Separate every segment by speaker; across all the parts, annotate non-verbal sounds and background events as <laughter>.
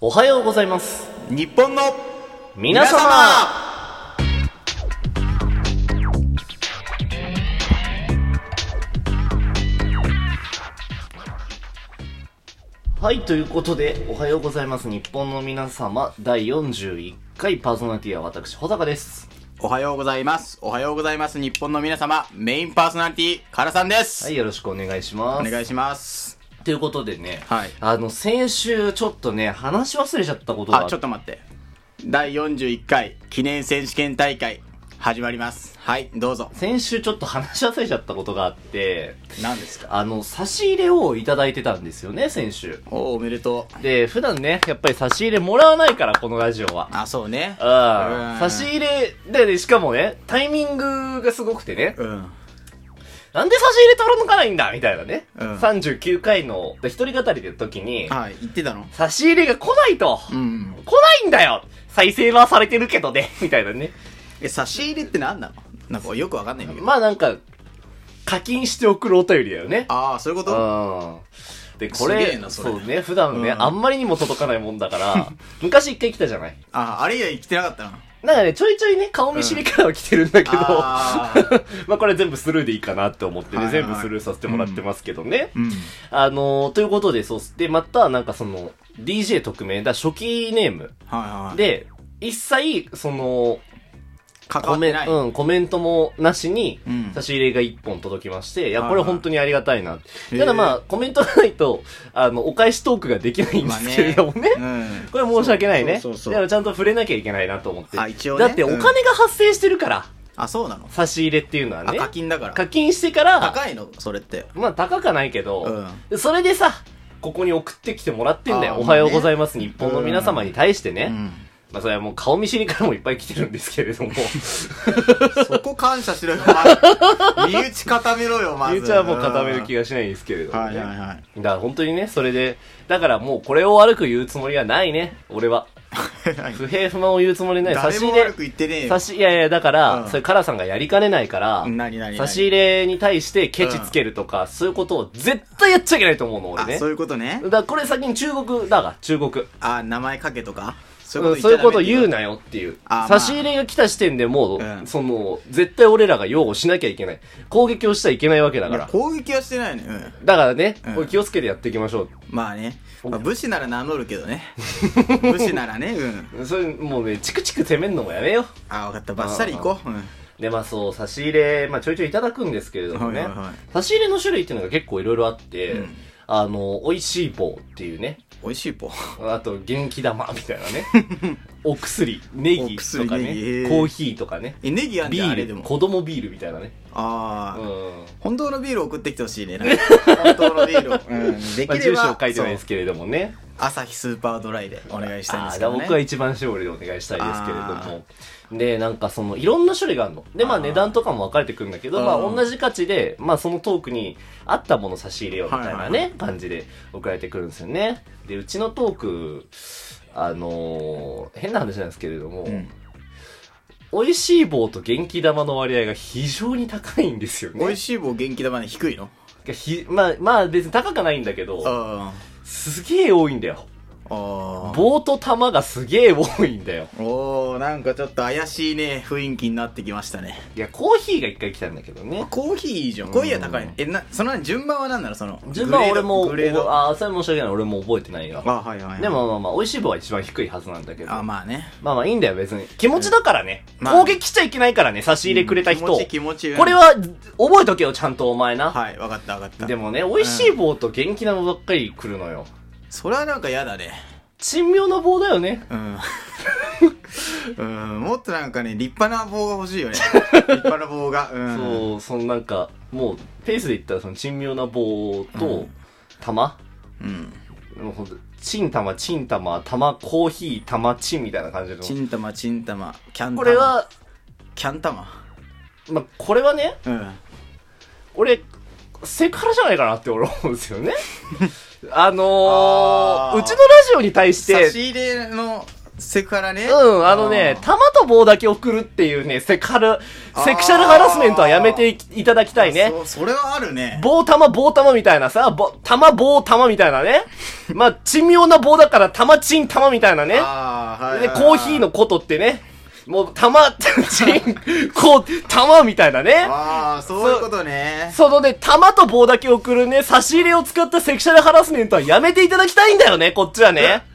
Speaker 1: おはようございます
Speaker 2: 日本の
Speaker 1: 皆様はいということでおはようございます日本の皆様第41回パーソナリティは私穂高です
Speaker 2: おはようございます。おはようございます。日本の皆様、メインパーソナリティ、カラさんです。
Speaker 1: はいよろしくお願いします
Speaker 2: お願いします。
Speaker 1: ということでね、
Speaker 2: はい
Speaker 1: あの先週ちょっとね話し忘れちゃったことが
Speaker 2: あ、ちょっと待って。第41回記念選手権大会、始まります。はい、どうぞ。
Speaker 1: 先週ちょっと話し忘れちゃったことがあって
Speaker 2: 何ですか
Speaker 1: あの差し入れをいただいてたんですよね先週
Speaker 2: おお、おめでとう。
Speaker 1: で普段ねやっぱり差し入れもらわないからこのラジオは
Speaker 2: あ、そうね。
Speaker 1: ああ、差し
Speaker 2: し
Speaker 1: 入れで、ね、しかもね、タイミングがすごくてね、
Speaker 2: うん。
Speaker 1: なんで差し入れ取ら抜かないんだみたいなね、
Speaker 2: うん
Speaker 1: 39回ので一人語りの時に、
Speaker 2: はい、言ってたの
Speaker 1: 差し入れが来ないと、
Speaker 2: うん。
Speaker 1: 来ないんだよ再生はされてるけどね、 <laughs> みたいなね。
Speaker 2: え、差し入れって何なのなんかよくわかんないんだけど。
Speaker 1: まあなんか、課金して送るお便りだよね。
Speaker 2: ああ、そういうこ
Speaker 1: う
Speaker 2: と
Speaker 1: ん。で、こ
Speaker 2: すげ
Speaker 1: れ
Speaker 2: え、なそれ
Speaker 1: そうね、普段ね、
Speaker 2: うん
Speaker 1: あんまりにも届かないもんだ
Speaker 2: <laughs>
Speaker 1: から、昔一回来たじゃない。
Speaker 2: あ、あれ以外来てなかったの
Speaker 1: なんかね、ちょいちょいね、顔見知りからは来てるんだけど、
Speaker 2: あー
Speaker 1: <laughs> まあこれ全部スルーでいいかなって思って
Speaker 2: はい
Speaker 1: ね、
Speaker 2: はい
Speaker 1: 全部スルーさせてもらってますけどね。
Speaker 2: うん。
Speaker 1: あのー、ということで、そう、で、また、なんかその、DJ 特命だ、初期ネーム。
Speaker 2: はいはい。、
Speaker 1: で、一切、その、
Speaker 2: 関わ
Speaker 1: コ
Speaker 2: っ
Speaker 1: メ
Speaker 2: て
Speaker 1: ン
Speaker 2: ない。
Speaker 1: うん、コメントもなしに
Speaker 2: うん、
Speaker 1: 差し入れが一本届きまして、いや、
Speaker 2: はい
Speaker 1: これ本当にありがたいな。
Speaker 2: へー
Speaker 1: ただまあ、コメントがないと、あの、お返しトークができないんで
Speaker 2: まあ
Speaker 1: すけれどもね。
Speaker 2: う
Speaker 1: <laughs>
Speaker 2: ん。
Speaker 1: これ申し訳ないね。
Speaker 2: そうそうそうそう
Speaker 1: だからちゃんと触れなきゃいけないなと思って。
Speaker 2: あ一応ね
Speaker 1: だってお金が発生してるから、
Speaker 2: あ、そうなの
Speaker 1: 差し入れっていうのは
Speaker 2: あ、
Speaker 1: ね。
Speaker 2: 課金だから。
Speaker 1: 課金してから、
Speaker 2: 高いのそれって。
Speaker 1: まあ高かないけど、それでさ、ここに送ってきてもらってんだよ。
Speaker 2: あー
Speaker 1: おはようございます、日本の皆様に対してね。
Speaker 2: うん。
Speaker 1: まあそれはもう顔見知りからもいっぱい来てるんですけれども。
Speaker 2: そこ感謝しろよ、
Speaker 1: <laughs>
Speaker 2: まず身内固めろよ、まず。
Speaker 1: ゆうちゃんはもう固める気がしないんですけれども
Speaker 2: は
Speaker 1: ね。
Speaker 2: いはいはい。
Speaker 1: だから本当にね、それで、だからもうこれを悪く言うつもりはないね、俺は。不平不満を言うつもりない。差
Speaker 2: <laughs> 誰
Speaker 1: し
Speaker 2: も
Speaker 1: 入
Speaker 2: 悪
Speaker 1: れ
Speaker 2: く、言ってねえよ
Speaker 1: 差。し、いやいや、だから、
Speaker 2: うん
Speaker 1: それカラさんがやりかねないから、
Speaker 2: 何何
Speaker 1: 差し入れに対してケチつけるとか、そういうことを絶対やっちゃいけないと思うの、俺
Speaker 2: あ、
Speaker 1: ね。
Speaker 2: そういうことね
Speaker 1: だ。からこれ先に中国だが、中国。
Speaker 2: あ、名前かけとかそう
Speaker 1: うんそういうこと言う
Speaker 2: な。
Speaker 1: なよっていう。
Speaker 2: あまあ
Speaker 1: 差し入れが来た時点でもう、
Speaker 2: うん
Speaker 1: その、絶対俺らが擁護しなきゃいけない。攻撃をしちゃいけないわけだか
Speaker 2: いや
Speaker 1: ら。
Speaker 2: 攻撃はしてないのよ。うん
Speaker 1: だからね、
Speaker 2: うん
Speaker 1: これ気をつけてやっていきましょ
Speaker 2: まあね。まあ武士なら名乗るけ
Speaker 1: <laughs>
Speaker 2: どね。武士ならね、うん。
Speaker 1: う。それ、もうね、チクチク攻めんのもやめよう。
Speaker 2: あ、わかった。バッサリ行こう。うん。
Speaker 1: で、まあそう、差し入れ、まあちょいちょいいただくんですけれどもね、
Speaker 2: はいはいはい
Speaker 1: 差し入れの種類っていうのが結構いろいろあって、
Speaker 2: うん
Speaker 1: あの、美味しい棒っていうね、
Speaker 2: 美味し
Speaker 1: <laughs>
Speaker 2: いぽ。
Speaker 1: あと元気玉みたいなね、
Speaker 2: <laughs>
Speaker 1: お薬、ネギ
Speaker 2: お
Speaker 1: と
Speaker 2: 薬
Speaker 1: かね、
Speaker 2: ネギへー
Speaker 1: コーヒーとかね、
Speaker 2: え、ネギあん
Speaker 1: ビ
Speaker 2: じゃん、あれ
Speaker 1: ー
Speaker 2: で
Speaker 1: ル、
Speaker 2: も。
Speaker 1: 子供ビールみたいなね。う
Speaker 2: ああ。
Speaker 1: ん。
Speaker 2: 本当のビール送ってきてほ
Speaker 1: <laughs>
Speaker 2: しいね。なんか本当のビールを。うん。で
Speaker 1: まあ、
Speaker 2: き
Speaker 1: 住
Speaker 2: れ
Speaker 1: 所
Speaker 2: ば
Speaker 1: は書いてないですけれどもね。
Speaker 2: 朝日スーパードライでお願いしたいん
Speaker 1: あ
Speaker 2: で
Speaker 1: あ
Speaker 2: す
Speaker 1: ー、
Speaker 2: け
Speaker 1: だ
Speaker 2: ど、
Speaker 1: か
Speaker 2: ね。
Speaker 1: ら僕は一番絞りでお願いしたいですけれども。で、なんかその、いろんな種類があるの。で、まあ
Speaker 2: あー
Speaker 1: 値段とかも分かれてくるんだけど、まあ
Speaker 2: うん
Speaker 1: 同じ価値で、まあそのトークに合ったもの差し入れようみたいな
Speaker 2: はい
Speaker 1: ね、
Speaker 2: はいは
Speaker 1: 感じで送られてくるんですよね。で、うちのトーク、あのー変な話なんですけれども、
Speaker 2: うん
Speaker 1: 美味しい棒と元気玉の割合が非常に高いんですよね。
Speaker 2: 美味しい棒元気玉ね低いの
Speaker 1: ひまあ、まあ別に高くはないんだけど、
Speaker 2: あ
Speaker 1: すげえ多いんだよ。
Speaker 2: ああ
Speaker 1: 棒と玉がすげえ多いんだよ。
Speaker 2: おーなんかちょっと怪しいね雰囲気になってきましたね
Speaker 1: いや、コーヒーが一回来たんだけどね。
Speaker 2: コーヒーいいじゃんコーヒーは高いねえなその順番は何なのその
Speaker 1: 順番は
Speaker 2: グ
Speaker 1: 俺
Speaker 2: レード
Speaker 1: も、
Speaker 2: グレードあ
Speaker 1: ああ、それ申し訳ない。俺も覚えてないよ。
Speaker 2: はいはいはい
Speaker 1: でもまあまあ、美味しい棒は一番低いはずなんだけど。
Speaker 2: あまあね
Speaker 1: まあまあいいんだよ、別に。気持ちだからね。
Speaker 2: まあ
Speaker 1: 攻撃しちゃいけないからね、差し入れくれた人を。
Speaker 2: うん気持ち気持ちうん
Speaker 1: これは、覚えとけよ、ちゃんとお前な。
Speaker 2: はいわかったわかった
Speaker 1: でもね、美味しい棒と元気なのばっかり来るのよ。
Speaker 2: それはなんか嫌だね
Speaker 1: 珍妙な棒だよね。
Speaker 2: うんうん、もっとなんかね、立派な棒が欲しい
Speaker 1: <laughs>
Speaker 2: よね。立派な棒が。うん。
Speaker 1: そう、そのなんか、もう、ペースで言ったらその珍妙な棒
Speaker 2: う
Speaker 1: と
Speaker 2: ん、
Speaker 1: 玉
Speaker 2: うん。
Speaker 1: もうほんとチン玉、チン玉、玉、コーヒー、玉、チンみたいな感じの。
Speaker 2: ちんたま、ちんたま、キャン玉。
Speaker 1: これ、は、
Speaker 2: キャン玉。
Speaker 1: まあ、これはね、
Speaker 2: うん。
Speaker 1: 俺、セクハラじゃないかなって俺思うんですよね。 <laughs> あのー
Speaker 2: あー
Speaker 1: うちのラジオに対し
Speaker 2: 差
Speaker 1: て、
Speaker 2: し入れのセクハラね
Speaker 1: うん、あのね、
Speaker 2: ー
Speaker 1: 玉と棒だけ送るっていうね、セクハラ、セクシャルハラスメントはやめていきいただきたいね。
Speaker 2: そそれはあるね
Speaker 1: 棒玉棒玉みたいなさ、ぼ玉棒玉みたいなね。まあ、珍妙な棒だから玉チン玉みたいなね。
Speaker 2: ああはいはい
Speaker 1: で、
Speaker 2: はい
Speaker 1: コーヒーのことってね、もう玉、 <laughs> チン、こう、玉みたいなね。
Speaker 2: ああそういうことね
Speaker 1: そのね、玉と棒だけ送るね、差し入れを使ったセクシャルハラスメントはやめていただきたいんだよね、こっちはね。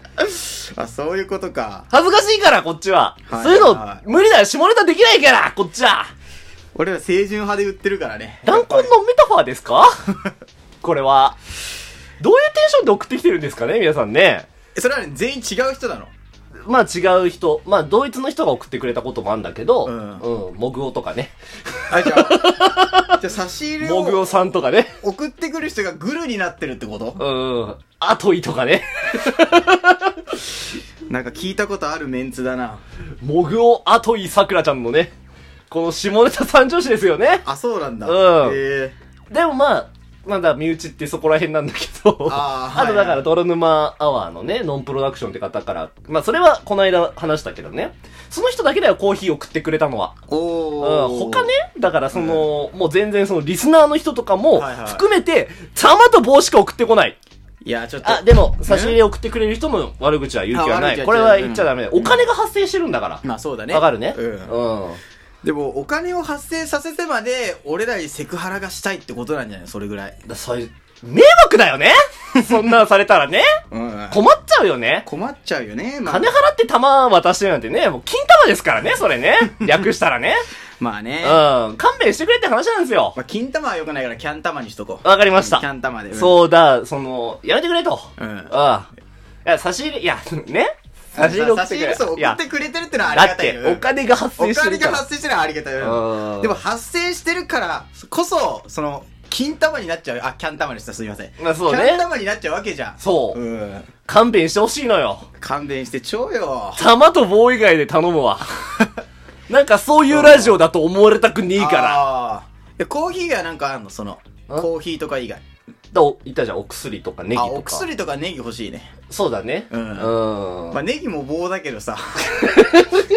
Speaker 2: あそういうことか
Speaker 1: 恥ずかしいから、こっちは。
Speaker 2: はい
Speaker 1: そういうの、
Speaker 2: はい
Speaker 1: 無理だよ、下ネタできないから、こっちは。
Speaker 2: 俺ら清純派で売ってるからね
Speaker 1: 弾痕のメタファーです
Speaker 2: <laughs>
Speaker 1: かこれは。どういうテンションで送ってきてるんですかね、皆さんね。
Speaker 2: えそれはね全員違う人なの
Speaker 1: まあ違う人、まあ同一の人が送ってくれたこともあるんだけど、う
Speaker 2: うんん、
Speaker 1: モグオとかね、 <laughs>
Speaker 2: あじゃあじゃあ差し入れ
Speaker 1: モグオ
Speaker 2: を
Speaker 1: さんとかね、
Speaker 2: 送ってくる人がグルになってるってこと
Speaker 1: うん、アトイとかね、
Speaker 2: なんか聞いたことあるメンツだな
Speaker 1: モグオ、アトイ、さくらちゃんのね、この下ネタ三女子ですよね。
Speaker 2: あそうなんだ
Speaker 1: うん
Speaker 2: へえ
Speaker 1: でもまあ、まだ身内ってそこら辺なんだけど、
Speaker 2: あ
Speaker 1: <laughs>
Speaker 2: ー
Speaker 1: あとだか
Speaker 2: はいは
Speaker 1: ら
Speaker 2: い
Speaker 1: 泥沼アワーのね、ノンプロダクションって方から、まあそれはこの間話したけどね、その人だけだよ、コーヒーを送ってくれたのは。
Speaker 2: お
Speaker 1: うん
Speaker 2: お
Speaker 1: 他ね、だからその、もう全然そのリスナーの人とかも
Speaker 2: はいはい
Speaker 1: 含めて、玉と棒しか送ってこない。
Speaker 2: いやちょっと
Speaker 1: あ、でも、差し入れ送ってくれる人も悪口は言う気はな
Speaker 2: あ悪口
Speaker 1: い。
Speaker 2: は
Speaker 1: これは言っちゃダメだよ。
Speaker 2: うん
Speaker 1: お金が発生してるんだから。
Speaker 2: まあそうだね
Speaker 1: わかるね。
Speaker 2: うん
Speaker 1: うん。
Speaker 2: でもお金を発生させてまで俺らにセクハラがしたいってことなんじゃないそれぐらい
Speaker 1: だそれ、迷惑だよね <laughs> そんなのされたらね。
Speaker 2: うん
Speaker 1: 困っちゃうよね。
Speaker 2: 困っちゃうよねまあ
Speaker 1: 金払って玉渡してるなんてね、もう金玉ですからね、それ
Speaker 2: <laughs>
Speaker 1: ね。略したらね。
Speaker 2: まあ
Speaker 1: う
Speaker 2: ね
Speaker 1: ん。勘弁してくれって話なんですよ。
Speaker 2: まあ金玉は良くないからキャン玉にしとこう
Speaker 1: わかりました。
Speaker 2: キャン玉で
Speaker 1: そうだ、その、やめてくれと。
Speaker 2: うん
Speaker 1: ああ。いや、差し入れ、いや、ね
Speaker 2: 差
Speaker 1: 差
Speaker 2: し
Speaker 1: し
Speaker 2: 入
Speaker 1: 入
Speaker 2: れ
Speaker 1: れ
Speaker 2: 送
Speaker 1: 送っててくれ。
Speaker 2: っくれ送
Speaker 1: いや
Speaker 2: ってくれてるってのはあり
Speaker 1: だ
Speaker 2: が
Speaker 1: った
Speaker 2: い
Speaker 1: て
Speaker 2: よ、
Speaker 1: お金が発生
Speaker 2: お
Speaker 1: してる
Speaker 2: 金
Speaker 1: か
Speaker 2: が
Speaker 1: ら。
Speaker 2: 発生してるのはありがたいよ
Speaker 1: うん
Speaker 2: でも発生してるからこそその金玉になっちゃうあキャン玉でしたすみません
Speaker 1: まあそうね
Speaker 2: キャン玉になっちゃうわけじゃん
Speaker 1: そう。
Speaker 2: うん
Speaker 1: 勘弁してほしいのよ。
Speaker 2: 勘弁してちょうよ
Speaker 1: 玉と棒以外で頼むわ。
Speaker 2: <laughs>
Speaker 1: なんかそういうラジオだと思われたくねえから。
Speaker 2: らえコーヒー以外なんかあるのそのコーヒーとか以外
Speaker 1: だお言ったじゃん、お薬とかネギと
Speaker 2: あ
Speaker 1: か。
Speaker 2: お薬とかネギ欲しいね
Speaker 1: そうだね。
Speaker 2: うん
Speaker 1: ん
Speaker 2: まあ、ネギも棒だけ
Speaker 1: <laughs>
Speaker 2: どさ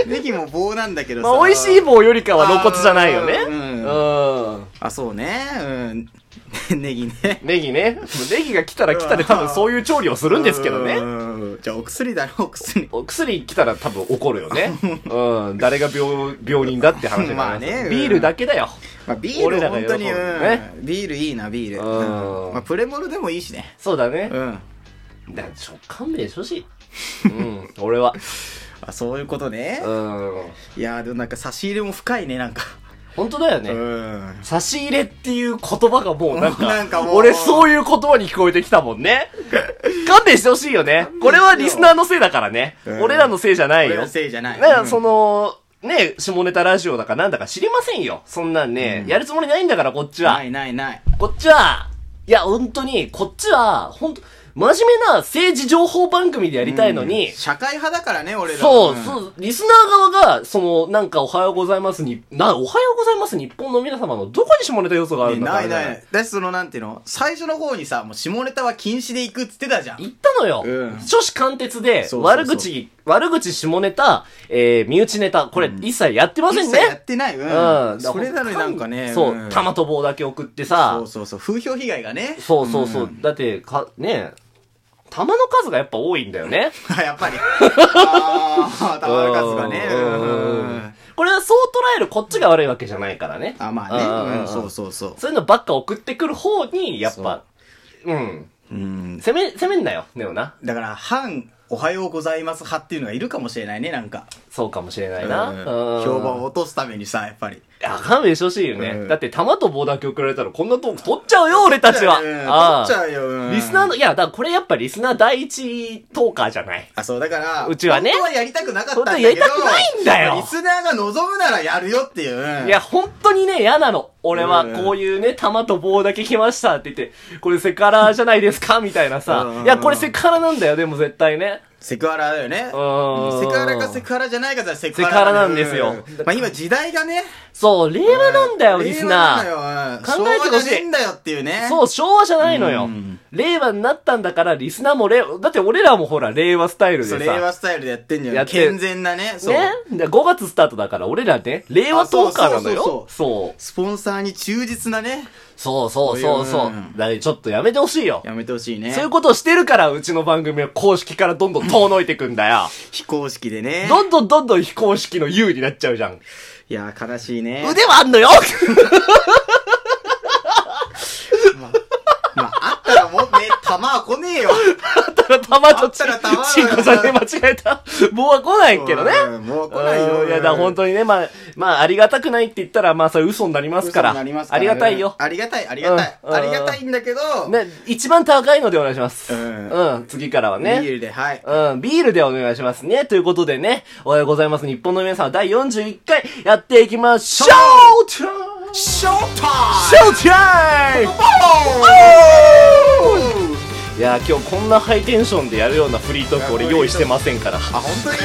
Speaker 2: ネギも棒なんだけどさ
Speaker 1: まあ、美味しい棒よりかは露骨じゃないよね。
Speaker 2: あー
Speaker 1: うん。
Speaker 2: あそうねうん <laughs> ネギね
Speaker 1: ネギね。ネギが来たら来たで多分そういう調理をするんですけどね。
Speaker 2: うんじゃあお薬だろお薬
Speaker 1: お薬来たら多分怒るよね。うん。誰が病、病人だって話になりす
Speaker 2: まあねうん
Speaker 1: ビールだけだよ。
Speaker 2: まあ、ビール
Speaker 1: 俺らが
Speaker 2: 本当に、
Speaker 1: 喜ぶ
Speaker 2: うん
Speaker 1: ね
Speaker 2: ビールいいなビール、
Speaker 1: うん
Speaker 2: うんまあ、プレモルでもいいしね
Speaker 1: そうだね。
Speaker 2: うん
Speaker 1: だからちょ、勘弁してほしい。うん。俺は。
Speaker 2: あそういうことね、
Speaker 1: うん。
Speaker 2: いやーでもなんか差し入れも深いねなんか
Speaker 1: 本当だよ
Speaker 2: う
Speaker 1: ね。
Speaker 2: ん
Speaker 1: 差し入れっていう言葉がもうなんか、
Speaker 2: <laughs> なんかもう
Speaker 1: 俺そういう言葉に聞こえてきたもんね。 <laughs> 勘弁してほしいよね。これはリスナーのせいだからね。
Speaker 2: うん
Speaker 1: 俺らのせいじゃない
Speaker 2: 俺
Speaker 1: よ
Speaker 2: の。せいじゃない
Speaker 1: だから
Speaker 2: うん
Speaker 1: その、ね、下ネタラジオだかなんだか知りませんよ。そんなんね、
Speaker 2: うん
Speaker 1: やるつもりないんだからこっちは
Speaker 2: な。いないない
Speaker 1: こっちは、いや、本当に、こっちは、本当真面目な政治情報番組でやりたいのに、
Speaker 2: うん社会派だからね俺ら
Speaker 1: そう、
Speaker 2: ん
Speaker 1: そう、リスナー側が、その、なんか、おはようございますに、な、おはようございます日本の皆様のどこに下ネタ要素がある
Speaker 2: ね
Speaker 1: んだ
Speaker 2: ない
Speaker 1: みた
Speaker 2: ないい
Speaker 1: な
Speaker 2: ない。だしそのなんていうの最初の方にさ、もう下ネタは禁止で行くっつってたじゃん。
Speaker 1: 言ったのよ。
Speaker 2: うん
Speaker 1: 書士貫徹で、
Speaker 2: そうそうそう
Speaker 1: 悪口、悪口下ネタ、えー、身内ネタ、これ一切やってません
Speaker 2: 一切や
Speaker 1: ね。
Speaker 2: ってない。
Speaker 1: う
Speaker 2: うん。
Speaker 1: だ
Speaker 2: そ
Speaker 1: から
Speaker 2: れなのになんかね。
Speaker 1: そう、
Speaker 2: ん
Speaker 1: 玉と棒だけ送ってさ、
Speaker 2: そうそうそう。風評被害がね。
Speaker 1: そうそうそう。
Speaker 2: ん
Speaker 1: だって、か、ねえ、玉の数がやっぱ多いんだよね。
Speaker 2: あ <laughs> やっぱり。ああ、玉の数がね。
Speaker 1: う
Speaker 2: うんん
Speaker 1: これはそう捉えるこっちが悪いわけじゃないからね。
Speaker 2: あ、まあね。うん
Speaker 1: ん
Speaker 2: そうそうそう。
Speaker 1: そういうのばっか送ってくる方に、やっぱ、うん。
Speaker 2: うん。
Speaker 1: 攻め、攻めんなよ、でもな。
Speaker 2: だから、反、おはようございます派っていうのがいるかもしれないね、なんか。
Speaker 1: そうかもしれな
Speaker 2: う
Speaker 1: い
Speaker 2: ん
Speaker 1: な。うん
Speaker 2: 評判を落とすためにさ、やっぱり。
Speaker 1: いや、勘弁してほしいよね。
Speaker 2: うん
Speaker 1: だって、玉と棒だけ送られたら、こんなトーク取っちゃうよ、俺たちは。
Speaker 2: うん取っち
Speaker 1: あ
Speaker 2: ゃうよう
Speaker 1: あ
Speaker 2: ん。
Speaker 1: リスナーの、いや、だからこれやっぱリスナー第一トーカーじゃない。
Speaker 2: あ、そう、だから、
Speaker 1: うちはね
Speaker 2: 本当はやりたくなかったんだ
Speaker 1: 本
Speaker 2: け
Speaker 1: 当はや
Speaker 2: ど、
Speaker 1: りたくないんだよ
Speaker 2: リスナーが望むならやるよっていう。
Speaker 1: いや、、本当にね、嫌なの。俺は、
Speaker 2: うん
Speaker 1: こういうね、玉と棒だけ来ましたって言って、これセクハラじゃないですかみたいな
Speaker 2: う
Speaker 1: さ。
Speaker 2: ん
Speaker 1: いや、これセクハラなんだよ、でも絶対ね。
Speaker 2: セクハラだよね。
Speaker 1: うん
Speaker 2: セクハラかセクハラじゃないかじゃセクハラ。
Speaker 1: セクハラなんですよ
Speaker 2: うんまあ今時代がね。
Speaker 1: そう、令和なんだよ、
Speaker 2: うん
Speaker 1: リス
Speaker 2: 令和
Speaker 1: ナ
Speaker 2: なのようから、
Speaker 1: 考えてほしい
Speaker 2: 昭和じゃねえんだよっていうね。
Speaker 1: そう、昭和じゃないの
Speaker 2: う
Speaker 1: よ
Speaker 2: ん。
Speaker 1: 令和になったんだから、リスナーも令和、だって俺らもほら、令和スタイル
Speaker 2: そ
Speaker 1: で
Speaker 2: う。令
Speaker 1: さ。
Speaker 2: 和スタイルでやってんじ
Speaker 1: や
Speaker 2: ゃん。
Speaker 1: ってる
Speaker 2: 健全なね。そう。
Speaker 1: ねで ?5 月スタートだから、俺らね、令和トーカーなの
Speaker 2: あそ
Speaker 1: よ
Speaker 2: う。
Speaker 1: そう。
Speaker 2: スポンサーに忠実なね。。
Speaker 1: そうそうそうそううんだからちょっとやめてほしいよ。
Speaker 2: やめてほしいね。
Speaker 1: そういうことをしてるから、うちの番組は公式からどんどん遠のいてくんだよ。
Speaker 2: 非公式でね。
Speaker 1: どんどんどんどん非公式の優になっちゃうじゃん。
Speaker 2: いやー、悲しいね。
Speaker 1: 腕はあんの <laughs> よ
Speaker 2: まあ、あったらもうね、弾は来ねえよ。
Speaker 1: ただたまとち
Speaker 2: あったらたまの、
Speaker 1: ちんこさんで間違えた。棒は来ないけどね。
Speaker 2: うんもう来ないよ。
Speaker 1: うんいや、だから本
Speaker 2: に。
Speaker 1: 当にね、まあ、まあ、ありがたくないって言ったら、まあ、それ嘘になりますから。
Speaker 2: 嘘になります
Speaker 1: ありがたいよ。
Speaker 2: ありがたい、ありがたい。
Speaker 1: うん
Speaker 2: ありがたいんだけど、
Speaker 1: ね、一番高いのでお願いします。
Speaker 2: うん
Speaker 1: うん、次からはね。
Speaker 2: ビールで、はい。
Speaker 1: うん、ビールでお願いしますね。ということでね、おはようございます。日本の皆さん、第41回やっていきましょうショー
Speaker 2: ショータイ
Speaker 1: タイムショータイム
Speaker 2: ムボーン
Speaker 1: いやー、今日こんなハイテンションでやるようなフリートーク俺用意してませんから。
Speaker 2: あ、本当に